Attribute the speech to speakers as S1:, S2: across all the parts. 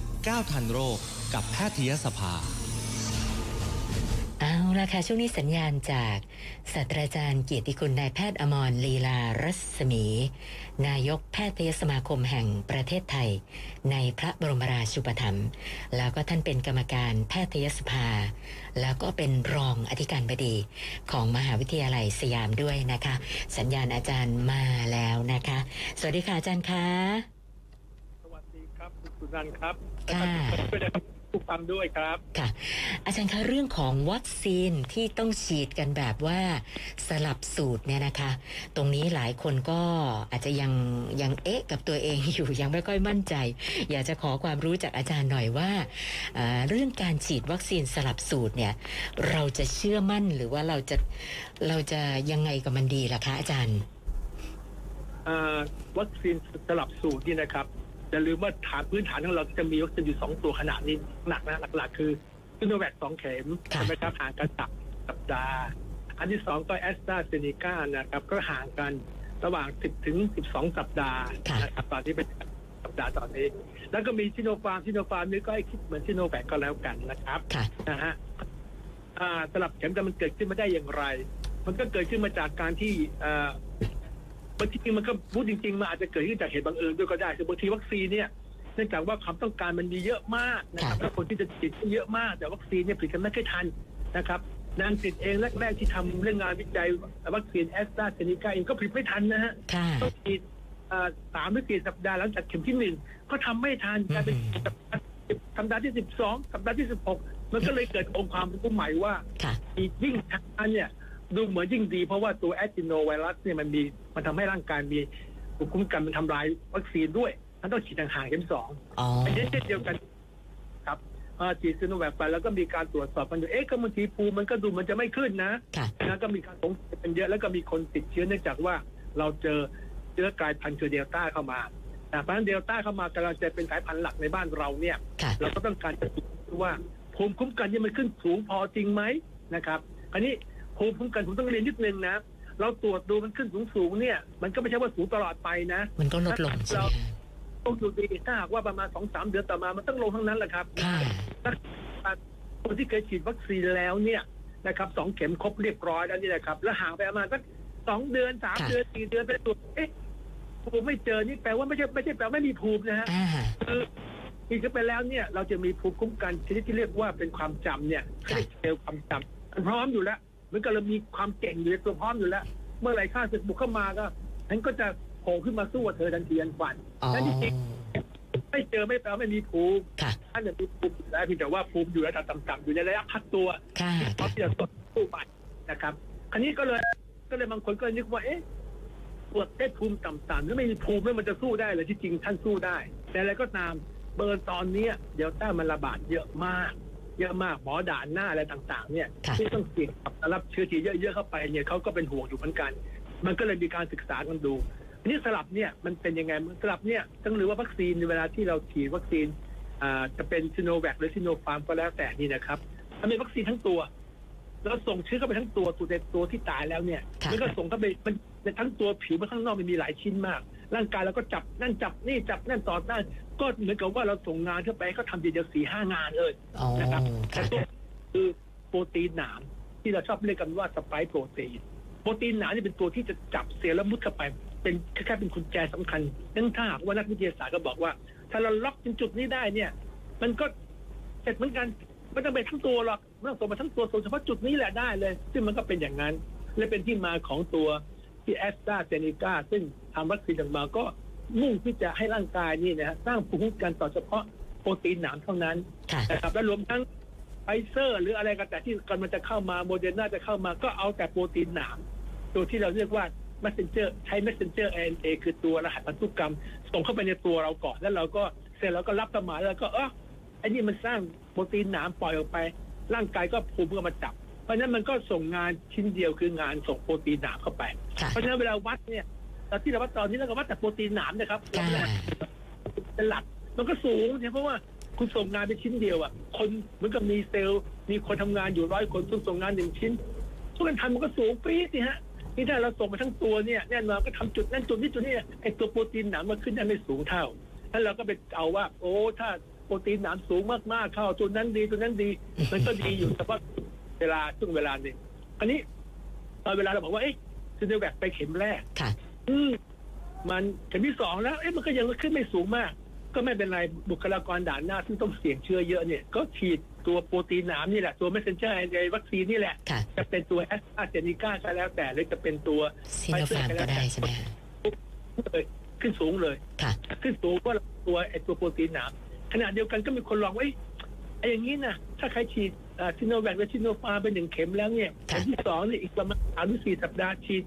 S1: 919 ทันโรคกับแพทยสภา
S2: เอาละค่ะ ช่วงนี้สัญญาณจากศาสตราจารย์เกียรติคุณนายแพทย์อมรลีลารัศมี นายกแพทยสมาคมแห่งประเทศไทย ในพระบรมราชูปถัมภ์แล้วก็ท่านเป็นกรรมการแพทยสภา แล้วก็เป็นรองอธิการบดีของมหาวิทยาลัยสยามด้วยนะคะ สัญญาณอาจารย์มาแล้วนะคะ สวัสดีค่ะอาจารย์คะ
S3: สวัสดีครับคุณสุนันท์ครับ
S2: ค่ะ
S3: ช่วยนะครับผู้ฟังด้วยครับ
S2: ค่ะ อาจารย์คะเรื่องของวัคซีนที่ต้องฉีดกันแบบว่าสลับสูตรเนี่ยนะคะ ตรงนี้หลายคนก็อาจจะยังยังเอ๊ะกับตัวเองอยู่ ยังไม่ค่อยมั่นใจ อยากจะขอความรู้จากอาจารย์หน่อยว่าเอ่อเรื่องการฉีดวัคซีนสลับสูตรเนี่ยเราจะเชื่อมั่นหรือว่าเราจะเราจะยังไงกับมันดีล่ะคะอาจารย์
S3: อ่าวัคซีนสลับสูตรนี่นะครับอย่าลืมว่าฐานพื้นฐานของเราจะมีวัคซีนอยู่สองตัวขนาดนี้หนักนะหลักๆ คือซิโนแวคสองเข็ม
S2: ค่ะ
S3: ใช่ไหมครับห่างกันสักสัปดาห์ อันที่สองก็แอสตราเซเนกานะครับก็ห่างกันระหว่าง 10 ถึง 12 สัปดาห์นะครับตอนนี้เป็นสัปดาห์ตอนนี้ แล้วก็มีซิโนฟาร์มซิโนฟาร์มนี่ก็ให้คิดเหมือนซิโนแวคก็แล้วกันนะครับ
S2: ค่ะ
S3: นะฮะอ่าสลับเข็มกันมันเกิดขึ้นมาได้อย่างไร มันก็เกิดขึ้นมาจากการที่เอ่อบางทีมันก็พูดจริงๆมันอาจจะเกิดขึ้นจากเหตุบังเอิญด้วยก็ได้คือบางทีวัคซีนเนี่ยเนื่องจากว่าความต้องการมันมีเยอะมากนะครับ
S2: ค่ะ
S3: แล้วคนที่จะติดก็เยอะมาก แต่วัคซีนเนี่ยผลิตกันไม่ค่อยทันนะครับนางติดเองแรกๆที่ทำเรื่องงานวิจัยวัคซีนแอสตราเซเนกาเองก็ผลิตไม่ทันนะฮะ
S2: ค่ะ
S3: ต้องฉีดเอ่อสามหรือสี่สัปดาห์หลังจากเข็มที่หนึ่งก็ทำไม่ทันกลายเป็น
S2: อืม
S3: สัปดาห์ที่10สัปดาห์ที่สิบสองสัปดาห์ที่สิบหกมันก็เลยเกิดองค์ความรู้ใหม่ว่า
S2: ค่ะ
S3: ฉีดยิ่งช้าเนี่ยดูเหมือนยิ่งดี เพราะว่าตัวแอสติโนไวรัสเนี่ยมันมีมันทำให้ร่างกายมีภูมิคุ้มกันมันทำลายวัคซีนด้วยมันต้องฉีดห่างๆเข็มสอง
S2: อ๋อ
S3: อันนี้เช่นเดียวกันครับเอ่อฉีดซิโนแวคไปแล้วก็มีการตรวจสอบมันอยู่เอ๊ะก็บางทีภูมิมันก็ดูมันจะไม่ขึ้นนะ
S2: ค่ะ
S3: นะก็มีการสงสัยเป็นเยอะแล้วก็มีคนติดเชื้อเนื่องจากว่าเราเจอเชื้อกลายพันธุ์คือเดลต้าเข้ามานะเพราะฉะนั้นเดลต้าเข้ามากำลังจะเป็นสายพันธุ์หลักในบ้านเราเนี่ย
S2: ค่ะ
S3: เราก็ต้องการจะดูว่าภูมิคุ้มกันเนี่ยมันขึ้นสูงพอจริงไหมนะครับอันนี้ภูมิคุ้มกันผมต้องเรียนนิดนึงนะ เราตรวจดูมันขึ้นสูงสูงๆเนี่ย มันก็ไม่ใช่ว่าสูงตลอดไปนะ
S2: มันก็ลดลงใช่ไหมคะ
S3: ต้องดูดีถ้าหากว่าประมาณสองสามเดือนต่อมามันต้องลงทั้งนั้นแหละครับ
S2: ค่ะ
S3: คนที่เคยฉีดวัคซีนแล้วเนี่ยนะครับสองเข็มครบเรียบร้อยแล้วนี่นะครับ แล้วห่างไปประมาณสักสองเดือนสาม
S2: ค่ะ
S3: เดือนสี่เดือนไปตรวจเอ๊ะภูมิไม่เจอนี่แปลว่าไม่ใช่ไม่ใช่แปลว่าไม่มีภูมินะฮะ
S2: อ่า
S3: คือฉีดเข้าไปแล้วเนี่ย เราจะมีภูมิคุ้มกันชนิดที่เรียกว่าเป็นความจำเนี่ย
S2: ค่ะ
S3: เรียกเซลล์ความจำมันพร้อมอยู่แล้วเหมือนกับเรามีความเก่งอยู่ในตัวพร้อมอยู่แล้ว เมื่อไหร่ข้าศึกบุกเข้ามาก็ฉันก็จะโผล่ขึ้นมาสู้กับเธอทันทีทันควัน
S2: อ๋อ
S3: แล้วจริง ไม่เจอไม่แปลว่าไม่มีภูมิ
S2: ค่ะ
S3: ท่านจะมีภูมิอยู่แล้วเพียงแต่ว่าภูมิอยู่ระดับต่ำๆอยู่ในระยะพักตัว
S2: ค่ะ
S3: เพราะที่จะตรวจผู้ใหม่นะครับ คราวนี้ก็เลยก็เลยบางคนก็เลยนึกว่าเอ๊ะตรวจได้ภูมิต่ำๆหรือไม่มีภูมิแล้วมันจะสู้ได้เลยที่จริงท่านสู้ได้ แต่อะไรก็ตามเบอร์ตอนเนี้ยเดลต้ามันระบาดเยอะมาก เยอะมากหมอด่านหน้าอะไรต่าง ๆ เนี่ย
S2: ค่ะ
S3: ที่ต้องเสี่ยงกับการรับเชื้อทีเยอะๆเข้าไปเนี่ยเขาก็เป็นห่วงอยู่เหมือนกัน มันก็เลยมีการศึกษากันดูทีนี้สลับเนี่ยมันเป็นยังไงสลับเนี่ยต้องรู้ว่าวัคซีนเวลาที่เราฉีดวัคซีนอ่าจะเป็นซิโนแวคหรือซิโนฟาร์มก็แล้วแต่นี่นะครับ มันเป็นวัคซีนทั้งตัว แล้วส่งเชื้อเข้าไปทั้งตัวตัวในตัวที่ตายแล้วเนี่ย
S2: ค่ะ
S3: มันก็ส่งเข้าไปมันในทั้งตัวผิวมันข้างนอกมันมีหลายชิ้นมาก ร่างกายเราก็จับนั่นจับนี่จับนั่นต่อต้านก็เหมือนกับว่าเราส่งงานเข้าไปให้เขาทำทีเดียวสี่ห้างานเลย
S2: อ๋อ
S3: นะครับ แต่
S2: ค่ะ
S3: ตัวคือโปรตีนหนาม ที่เราชอบเรียกกันว่าสไปค์โปรตีน โปรตีนหนามนี่เป็นตัวที่จะจับเซลล์แล้วมุดเข้าไป เป็นแค่เป็นกุญแจสำคัญนั่นถ้าหากว่านักวิทยาศาสตร์ก็บอกว่า ถ้าเราล็อกจนจุดนี้ได้เนี่ย มันก็เสร็จเหมือนกันไม่ต้องไปทั้งตัวหรอกไม่ต้องส่งมาทั้งตัวส่งเฉพาะจุดนี้แหละได้เลย ซึ่งมันก็เป็นอย่างนั้น และเป็นที่มาของตัวที่แอสตราเซเนกาซึ่งทำวัคซีนออกมาก็มุ่งที่จะให้ร่างกายนี่นะฮะสร้างภูมิคุ้มกันต่อเฉพาะโปรตีนหนามเท่านั้น
S2: ค่ะ
S3: นะครับและรวมทั้งไฟเซอร์ หรืออะไรก็แต่ที่กำลังจะเข้ามาโมเดอร์นาจะเข้ามาก็เอาแต่โปรตีนหนาม ตัวที่เราเรียกว่า messenger ใช้ messenger RNA คือตัวรหัสพันธุกรรม ส่งเข้าไปในตัวเราก่อน แล้วเราก็เสร็จแล้วก็รับสมายแล้วก็เออไอ้นี่มันสร้างโปรตีนหนามปล่อยออกไป ร่างกายก็ภูมิก็มาจับ เพราะฉะนั้นมันก็ส่งงานชิ้นเดียวคืองานส่งโปรตีนหนามเข้าไป
S2: ค่ะ
S3: เพราะฉะนั้นเวลาวัดเนี่ยเราที่เราวัดตอนนี้เราก็วัดแต่โปรตีนหนามนะครับเรา
S2: ค่ะ
S3: ไม่ได้ เป็นหลักมันก็สูงเนี่ยเพราะว่าคุณส่งงานไปชิ้นเดียวอะ่ะ คนเหมือนกับมีเซลล์ มีคนทำงานอยู่ร้อยคนคุณส่งงานหนึ่งชิ้นทุกการทำมันก็สูงปี๊ดสิฮะนี่ถ้าเราส่งไปทั้งตัวเนี่ยแน่นอนก็ทำจุดนั่นจุดนี้จุดนี้ไอตัวโปรตีนหนามมันขึ้นได้ไม่สูงเท่า แล้วเราก็ไปเอาว่า โอ้ถ้าโปรตีนหนามสูงมากๆเข้าตัวนั้นดีตัวนั้นดี มันก็ดีอยู่แต่ว่าเวลาช่วงเวลาหนึ่งอันนี้ตอนเวลาเราบอกว่าเอ๊ะซิโนแวคไปเข็มแรก
S2: ค่ะ
S3: อืมมันเข็มที่สองแล้ว เอ๊ะมันก็ยังขึ้นไม่สูงมาก ก็ไม่เป็นไรบุคลากรด่านหน้าซึ่งต้องเสี่ยงเชื้อเยอะเนี่ย ก็ฉีดตัวโปรตีนหนามนี่แหละ ตัว messenger ในวัคซีนนี่แหละ
S2: ค่ะ
S3: จะเป็นตัวแอสตราเซเนกาก็แล้วแต่หรือจะเป็นตัว
S2: ซีโนฟาร์มก็ได้ใช่ไหมคะ
S3: เลยขึ้นสูงเลย
S2: ค่ะ
S3: ขึ้นสูงกว่าตัวไอตัวโปรตีนหนามขณะเดียวกันก็มีคนลองว่าเอ้ยไออย่างนี้นะถ้าใครฉีดซิโนแวคและซิโนฟาเป็นหนึ่งเข็มแล้วเนี่ย
S2: ค่ะ
S3: เข็มที่สองเนี่ยอีกประมาณสามหรือสี่สัปดาห์ฉีด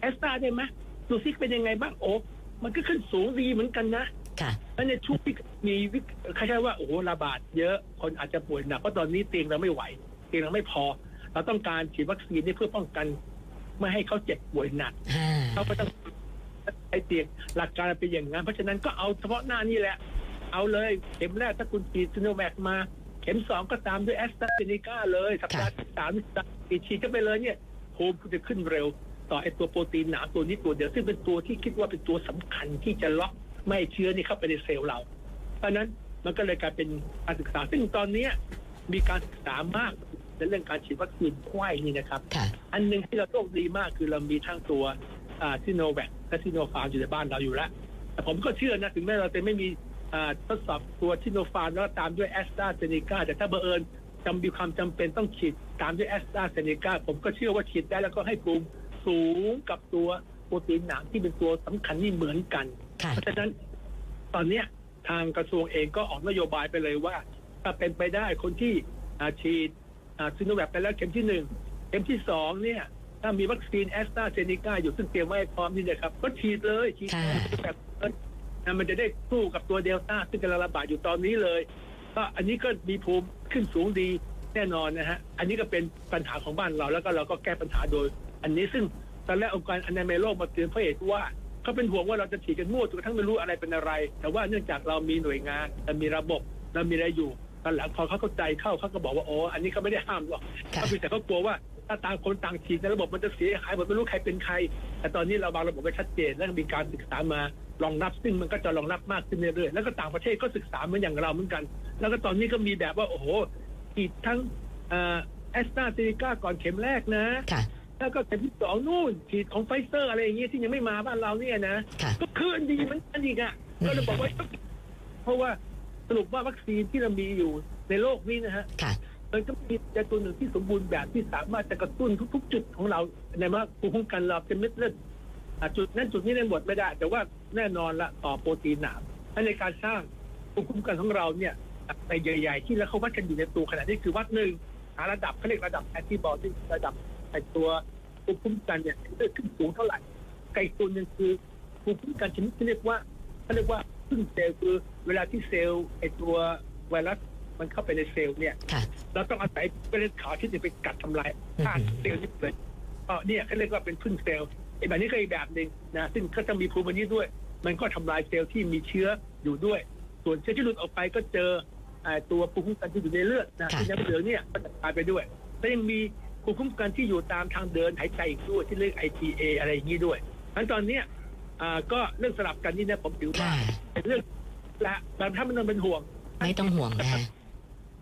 S3: แอสตราได้ไหมดูซิเป็นยังไงบ้างโอ้มันก็ขึ้นสูงดีเหมือนกันนะ
S2: ค่ะ
S3: แล้วในช่วงที่มีวิกคล้ายๆว่าโอ้โหระบาดเยอะคนอาจจะป่วยหนักเพราะตอนนี้เตียงเราไม่ไหว เตียงเราไม่พอ เราต้องการฉีดวัคซีนนี่เพื่อป้องกัน ไม่ให้เขาเจ็บป่วยหนัก
S2: ห้า
S3: เขาก็ต้องใช้เตียงหลักการเป็นอย่างนั้น เพราะฉะนั้นก็เอาเฉพาะหน้านี่แหละ เอาเลยเข็มแรกถ้าคุณฉีดซิโนแวคมา เข็มสองก็ตามด้วยแอสตราเซเนกาเลยสัปดาห์ที่สามอีกฉีดก็ไปเลยเนี่ยภูมิคุณจะขึ้นเร็ว ต่อไอตัวโปรตีนหนามตัวนี้ตัวเดียว ซึ่งเป็นตัวที่คิดว่าเป็นตัวสำคัญที่จะล็อกไม่ให้เชื้อนี่เข้าไปในเซลล์เรา เพราะฉะนั้นมันก็เลยกลายเป็นการศึกษา ซึ่งตอนเนี้ยมีการศึกษามากในเรื่องการฉีดวัคซีนไข้นี่นะครับ
S2: ค่ะ
S3: อันหนึ่งที่เราโชคดีมากคือเรามีทั้งตัวซิโนแวคและซิโนฟาร์มอยู่ในบ้านเราอยู่แล้ว แต่ผมก็เชื่อนะ ถึงแม้เราจะไม่มีอ่าทดสอบตัวซิโนฟาร์มแล้วก็ตามด้วยแอสตราเซเนกาแต่ถ้าบังเอิญจำมีความจำเป็นต้องฉีดตามด้วยแอสตราเซเนกาผมก็เชื่อว่าฉีดได้แล้วก็ให้ภูมิสูงกับตัวโปรตีนหนามที่เป็นตัวสำคัญนี่เหมือนกัน
S2: ค่ะ
S3: เพราะฉะนั้นตอนเนี้ยทางกระทรวงเองก็ออกนโยบายไปเลยว่า ถ้าเป็นไปได้คนที่อ่าฉีดซิโนแวคไปแล้วเข็มที่หนึ่งเข็มที่สองเนี่ย ถ้ามีวัคซีนแอสตราเซเนกาอยู่ซึ่งเตรียมไว้ให้พร้อมนี่นะครับ ก็ฉีดเลยฉีด
S2: ค่ะ
S3: แบบนะมันจะได้สู้กับตัวเดลต้าซึ่งกำลังระบาดอยู่ตอนนี้เลย ก็อันนี้ก็มีภูมิขึ้นสูงดีแน่นอนนะฮะ อันนี้ก็เป็นปัญหาของบ้านเราแล้วก็เราก็แก้ปัญหาโดย อันนี้ซึ่งตอนแรกองค์การอนามัยโลกมาเตือนเพราะเหตุว่าเขาเป็นห่วงว่าเราจะฉีดกันมั่วจนกระทั่งไม่รู้อะไรเป็นอะไร แต่ว่าเนื่องจากเรามีหน่วยงานเรามีระบบเรามีอะไรอยู่ตอนหลังพอเขาเข้าใจเข้าเขาก็บอกว่าโอ้อันนี้เขาไม่ได้ห้ามหรอก
S2: ค่ะ
S3: เขาเพียงแต่เขากลัวว่าถ้าต่างคนต่างฉีดในระบบมันจะเสียหายหมดไม่รู้ใครเป็นใคร แต่ตอนนี้เราวางระบบไว้ชัดเจนและมีการศึกษามารองรับซึ่งมันก็จะรองรับมากขึ้นเรื่อยๆแล้วก็ต่างประเทศก็ศึกษาเหมือนอย่างเราเหมือนกัน แล้วก็ตอนนี้ก็มีแบบว่าโอ้โหฉีดทั้งแอสตราเซเนกาก่อนเข็มแรกนะ
S2: ค่ะ
S3: แล้วก็เข็มที่สองนู่นฉีดของไฟเซอร์อะไรอย่างเงี้ยที่ยังไม่มาบ้านเราเนี่ยนะ
S2: ค่ะ
S3: ก็คืนดีเหมันกันอีกอ่ะก็เลยบอกว่า เพราะว่าสรุปว่าวัคซีนที่เรามีอยู่ในโลกนี้นะฮะ
S2: ค่ะ
S3: มันก็มีแต่ตัวหนึ่งที่สมบูรณ์แบบที่สามารถจะกระตุ้นทุก ๆ จุดของเราในว่าภูมิคุ้มกันเราเป็นเม็ดเลือดอ่ะจุดนั้นจุดนี้ในหมดไม่ได้ แต่ว่าแน่นอนละต่อโปรตีนหนามและในการสร้างภูมิคุ้มกันของเราเนี่ยในใหญ่ ๆ ที่แล้วเขาวัดกันอยู่ในตัวขนาดนี้คือวัดหนึ่งหาระดับเขาเรียกระดับแอนติบอดีระดับไอตัวภูมิคุ้มกันเนี่ยเลือดขึ้นสูงเท่าไหร่ไกลตัวหนึ่งคือภูมิคุ้มกันชนิดที่เรียกว่าเขาเรียกว่าซึ่งเซลล์คือเวลาที่เซลล์ไอตัวไวรัสมันเข้าไปในเซลล์เนี่ย
S2: ค่ะ
S3: เราต้องอาศัยเป็นขาวที่จะไปกัดทำลายธาตุเซลล์ที่เกิดเอ่อเนี่ยเขาเรียกว่าเป็นพึ่งเซลล์ไอ้แบบนี้ก็อีกแบบหนึ่งนะซึ่งก็จะมีภูมิอันนี้ด้วย มันก็ทำลายเซลล์ที่มีเชื้ออยู่ด้วย ส่วนเชื้อที่หลุดออกไปก็เจอไอ้ตัวภูมิคุ้มกันที่อยู่ในเลือดนะ
S2: ค่ะ
S3: ที่น้ำเหลืองเนี่ยก็จะตายไปด้วยแล้วยังมีภูมิคุ้มกันที่อยู่ตามทางเดินหายใจอีกด้วยที่เรียก ITA อะไรอย่างนี้ด้วยงั้นตอนเนี้ยอ่าก็เรื่องสลับกันนี่นะผมถือว่า
S2: ค่ะ
S3: เป็นเรื่องละแบบถ้ามันต้องเป็นห่วง
S2: ไม่ต้องห่วงนะคะ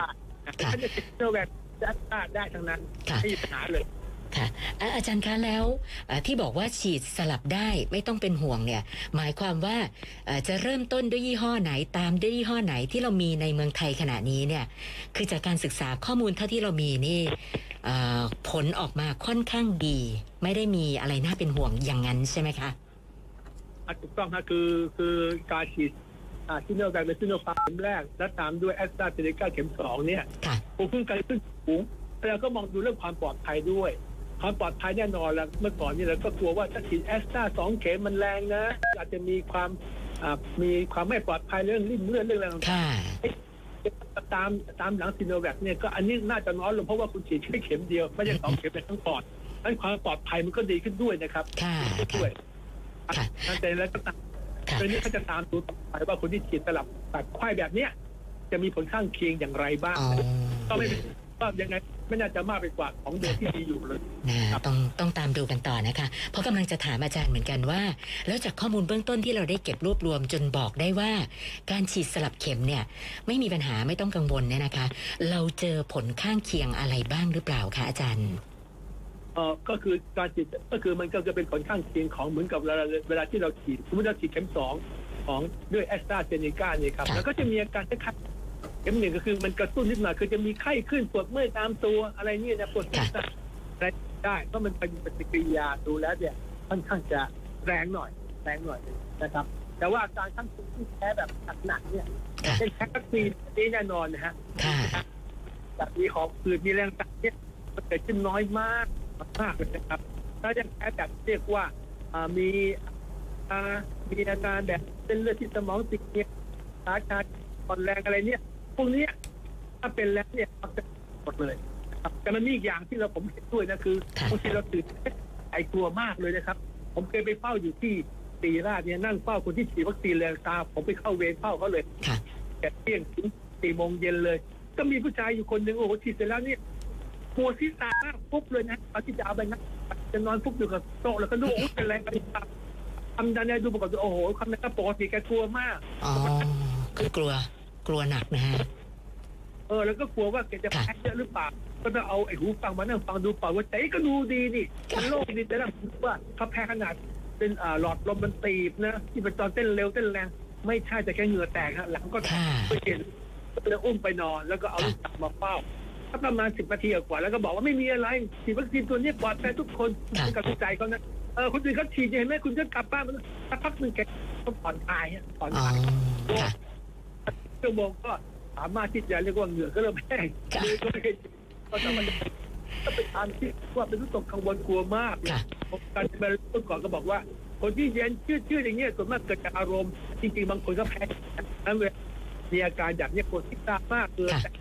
S2: ค่ะ
S3: ถ้าจะติดเชื้อแวคได้ได้ทั้งนั้น
S2: ค่ะ
S3: ไม่มีปัญหาเลย
S2: ค่ะอ่ะ อาจารย์คะแล้วเอ่อที่บอกว่าฉีดสลับได้ไม่ต้องเป็นห่วงเนี่ย หมายความว่าเอ่อจะเริ่มต้นด้วยยี่ห้อไหนตามด้วยยี่ห้อไหนที่เรามีในเมืองไทยขณะนี้เนี่ย คือจากการศึกษาข้อมูลเท่าที่เรามีนี่เอ่อผลออกมาค่อนข้างดี ไม่ได้มีอะไรน่าเป็นห่วงอย่างนั้นใช่ไหมคะ
S3: อ่ะถูกต้องฮะคือคือการฉีดซิโนแวคและซิโนฟาร์มเข็มแรก และตามด้วยแอสตราเซเนกาเข็มสองเนี่ย
S2: ค่ะ
S3: ภูมิคุ้มกันขึ้นสูงแล้วก็มองดูเรื่องความปลอดภัยด้วย ความปลอดภัยแน่นอนแล้วเมื่อก่อนเนี่ยเราก็กลัวว่าถ้าฉีดแอสตราสองเข็มมันแรงนะ อาจจะมีความอ่ะมีความไม่ปลอดภัยเรื่องริ่มเลือดเรื่องอะไรต่างๆ
S2: ค่ะ
S3: ตามตามหลังซีโนแวคเนี่ยก็อันนี้น่าจะน้อยลงเพราะว่าคุณฉีดแค่เข็มเดียวไม่ใช่สองเข็มเป็นทั้งปอดนั้นความปลอดภัยมันก็ดีขึ้นด้วยนะครับ
S2: ค่ะค่ะ
S3: ด้วย
S2: ค่ะ
S3: นั่นแต่แล้วก็ตาม
S2: ค่ะ
S3: เดี๋ยวนี้เขาจะตามดูต่อไปว่าคนที่ฉีดสลับตัดไข้แบบเนี้ยจะมีผลข้างเคียงอย่างไรบ้าง
S2: อ๋อ
S3: ก็ไม่เป็นก็ยังไงไม่น่าจะมากไปกว่าของเดิมที่มีอยู่เลย
S2: นะครับ ต้องต้องตามดูกันต่อนะคะ เพราะกำลังจะถามอาจารย์เหมือนกันว่า แล้วจากข้อมูลเบื้องต้นที่เราได้เก็บรวบรวมจนบอกได้ว่า การฉีดสลับเข็มเนี่ย ไม่มีปัญหาไม่ต้องกังวลเนี่ยนะคะ เราเจอผลข้างเคียงอะไรบ้างหรือเปล่าคะอาจารย์
S3: เออก็คือการฉีดก็คือมันก็จะเป็นผลข้างเคียงของเหมือนกับเวลาเวลาที่เราฉีดสมมติเราฉีดเข็มสองของด้วยแอสตราเซเนกาเนี่ยครับ
S2: ค่ะ
S3: แล้วก็จะมีอาการคล้ายๆเข็มหนึ่งก็คือมันกระตุ้นนิดหน่อยคือจะมีไข้ขึ้นปวดเมื่อยตามตัวอะไรเนี่ยนะปวดศีรษะอะไรได้เพราะมันเป็นปฏิกิริยาดูแล้วเนี่ยค่อนข้างจะแรงหน่อย แรงหน่อยนะครับ แต่ว่าอาการข้างเคียงที่แพ้แบบหนักๆเนี่ย
S2: ค่ะ
S3: เช่นแพ้วัคซีนนี่แน่นอนนะฮะ
S2: ค่ะ
S3: แบบมีหอบหืดมีแรงต่างเนี่ยมันเกิดขึ้นน้อยมากมากเลยนะครับ ถ้ายังแพ้แบบเรียกว่าอ่ามีอ่ามีอาการแบบเส้นเลือดที่สมองติดเนี่ยขาชาอ่อนแรงอะไรเนี่ยพวกเนี้ยถ้าเป็นแล้วเนี่ยมันจะหมดเลยนะครับแต่มันมีอีกอย่างที่เราผมเห็นด้วยนะคือ
S2: ค่ะ
S3: บางทีเราตื่นเต้นไอกลัวมากเลยนะครับ ผมเคยไปเฝ้าอยู่ที่ตีราชเนี่ยนั่งเฝ้าคนที่ฉีดวัคซีนแรงตา ผมไปเข้าเวรเฝ้าเขาเลย
S2: ค่ะ
S3: แต่เที่ยงถึงสี่โมงเย็นเลย ก็มีผู้ชายอยู่คนหนึ่งโอ้โหฉีดเสร็จแล้วเนี่ยปวดศีรษะมากปุ๊บเลยนะเอาที่จะเอาไปนะจะนอนปุ๊บอยู่กับโต๊ะแล้วก็ดูโอ้โหเป็นไรไปครับทำดันเนี่ยดูปรากฏว่าโอ้โหคำนั้นก็ปกติแกกลัวมาก
S2: อ๋อคือกลัวกลัวหนักนะฮะ
S3: เออแล้วก็กลัวว่าแกจะ
S2: ค่ะ
S3: แพ้เยอะหรือเปล่า ก็จะเอาไอ้หูฟังมานั่งฟังดูเปล่าว่าแต่ก็ดูดีนี่
S2: ค่ะ
S3: มันโล่งดีแต่ละว่าเขาแพ้ขนาดเป็นอ่าหลอดลมมันตีบนะที่เป็นตอนเต้นเร็วเต้นแรง ไม่ใช่แต่แค่เหงื่อแตกฮะหลังก็แตก
S2: ค่ะ
S3: ก็เห็นแล้วอุ้มไปนอนแล้วก็เอาลูกสาวมาเฝ้าถ้าประมาณสิบนาทีกว่าแล้วก็บอกว่าไม่มีอะไรฉีดวัคซีนตัวนี้ปลอดภัยทุกคน
S2: ค่ะ
S3: คุณกับใจเขานะเออคนอื่นเขาฉีดเนี่ยเห็นไหมคุณก็กลับบ้านมันสักพักหนึ่งแกก็ผ่อนคลายอะผ่อน
S2: อ๋อ
S3: คลาย
S2: ค่ะ
S3: ชั่วโมงก็สามารถที่จะเรียกว่าเหงื่อก็เริ่มแห้ง
S2: ค่ะ
S3: มือก็ไม่ได้ก็สามารถก็เป็นอันที่ว่าเป็นรู้สึกกังวลกลัวมาก
S2: ค่ะ
S3: ผมการเป็นเมื่อก่อนก็บอกว่า คนที่เย็นชืดชืดอย่างเงี้ยส่วนมากเกิดจากอารมณ์จริงๆบางคนก็แพ้นั้นเวลามีอาการอย่างเนี้ยคนที่ตามากเกิน
S2: ค่ะ
S3: แต่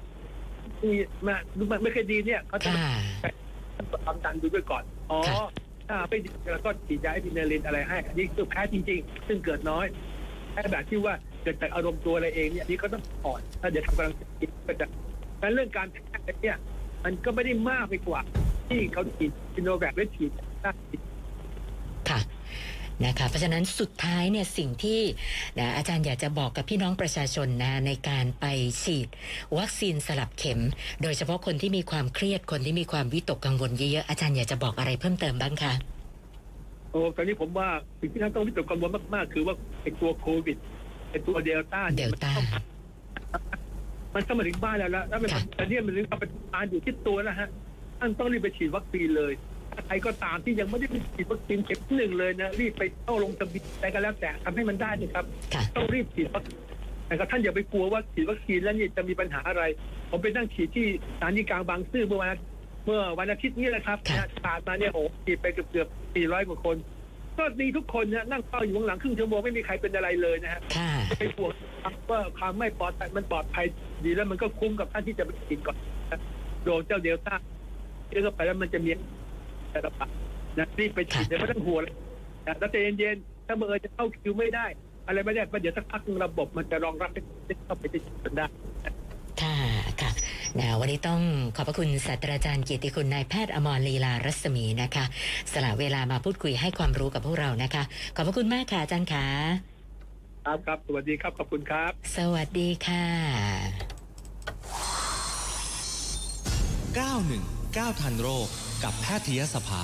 S3: คุยมาดูมันไม่เคยดีเนี่ยเขาจะ
S2: ค่ะ
S3: ความดันดูด้วยก่อน อ๋อ
S2: ค่ะ
S3: ถ้าไม่ดีแล้วก็ฉีดยาไอพินาลินอะไรให้ อันนี้คือแพ้จริง ๆ ซึ่งเกิดน้อยแพ้แบบที่ว่าเกิดจากอารมณ์ตัวอะไรเองเนี่ยอันนี้ก็ต้องอ่อนถ้าเดี๋ยวทำกำลังกินก็จะดังนั้นเรื่องการแพ้เนี่ยมันก็ไม่ได้มากไปกว่า ที่เขาฉีดซิโนแวคและฉีดหน้าฉีด
S2: ค่ะนะคะเพราะฉะนั้นสุดท้ายเนี่ยสิ่งที่นะอาจารย์อยากจะบอกกับพี่น้องประชาชนนะในการไปฉีด วัคซีนสลับเข็ม โดยเฉพาะคนที่มีความเครียดคนที่มีความวิตกกังวลเยอะๆอาจารย์อยากจะบอกอะไรเพิ่มเติมบ้างคะ
S3: โอ้ตอนนี้ผมว่าสิ่งที่ท่านต้องวิตกกังวลมากๆ คือว่าไอ้ตัวโควิดไอ้ตัวเดลต้า
S2: เด
S3: เนี่ย
S2: ล
S3: มัน
S2: ต้า
S3: มันเข้ามาถึงบ้านแล้วแล้วแล้วมัน
S2: ค่ะ
S3: ตอนนี้มันถึงกับอานอยู่ที่ตัวแล้วฮะท่านต้องรีบไปฉีดวัคซีนเลยถ้าใครก็ตามที่ยังไม่ได้ไปฉีดวัคซีนเข็มที่หนึ่งเลยนะรีบไปเข้าลงทะเบียนอะไรก็แล้วแต่ทำให้มันได้นะครับ
S2: ค่ะ
S3: ต้องรีบฉีดวัคซีนนะครับท่านอย่าไปกลัวว่าฉีดวัคซีนแล้วเนี่ยจะมีปัญหาอะไร ผมไปนั่งฉีดที่สถานีกลางบางซื่อเมื่อวันอาเมื่อวันอาทิตย์นี้แหละครับ
S2: ค่ะ
S3: ผ่านมาเนี่ยโอ้โหฉีดไปเกือบเกือบ400 กว่าคน ก็ดีทุกคนนะนั่งเฝ้าอยู่ข้างหลังครึ่งชั่วโมงไม่มีใครเป็นอะไรเลยนะฮะ
S2: ค่ะ
S3: ไปกลัวว่าความไม่ปลอดภัยมันปลอดภัยดีแล้วมันก็คุ้มกับท่านที่จะไปฉีดก่อนนะโดนเจ้าเดลต้าเชื้อเข้าไปแล้วมันจะมีแต่ละปะนะรีบไปฉีดเลยไม่ต้องห่วงเลยนะแล้วใจเย็นๆถ้าเมื่อญจะเข้าคิวไม่ได้ อะไรไม่ได้ประเดี๋ยวสักพักหนึ่งระบบมันจะรองรับให้เข้าไปได้ฉีดกันได้
S2: ค่ะค่ะนะวันนี้ต้องขอบพระคุณศาสตราจารย์เกียรติคุณนายแพทย์อมรลีลารัศมีนะคะ สละเวลามาพูดคุยให้ความรู้กับพวกเรานะคะ ขอบพระคุณมากค่ะอาจารย์ค่ะ
S3: ครับครับ สวัสดีครับ ขอบคุณครับ
S2: สวัสดีค่ะ
S1: 919ทันโรคกับแพทยสภา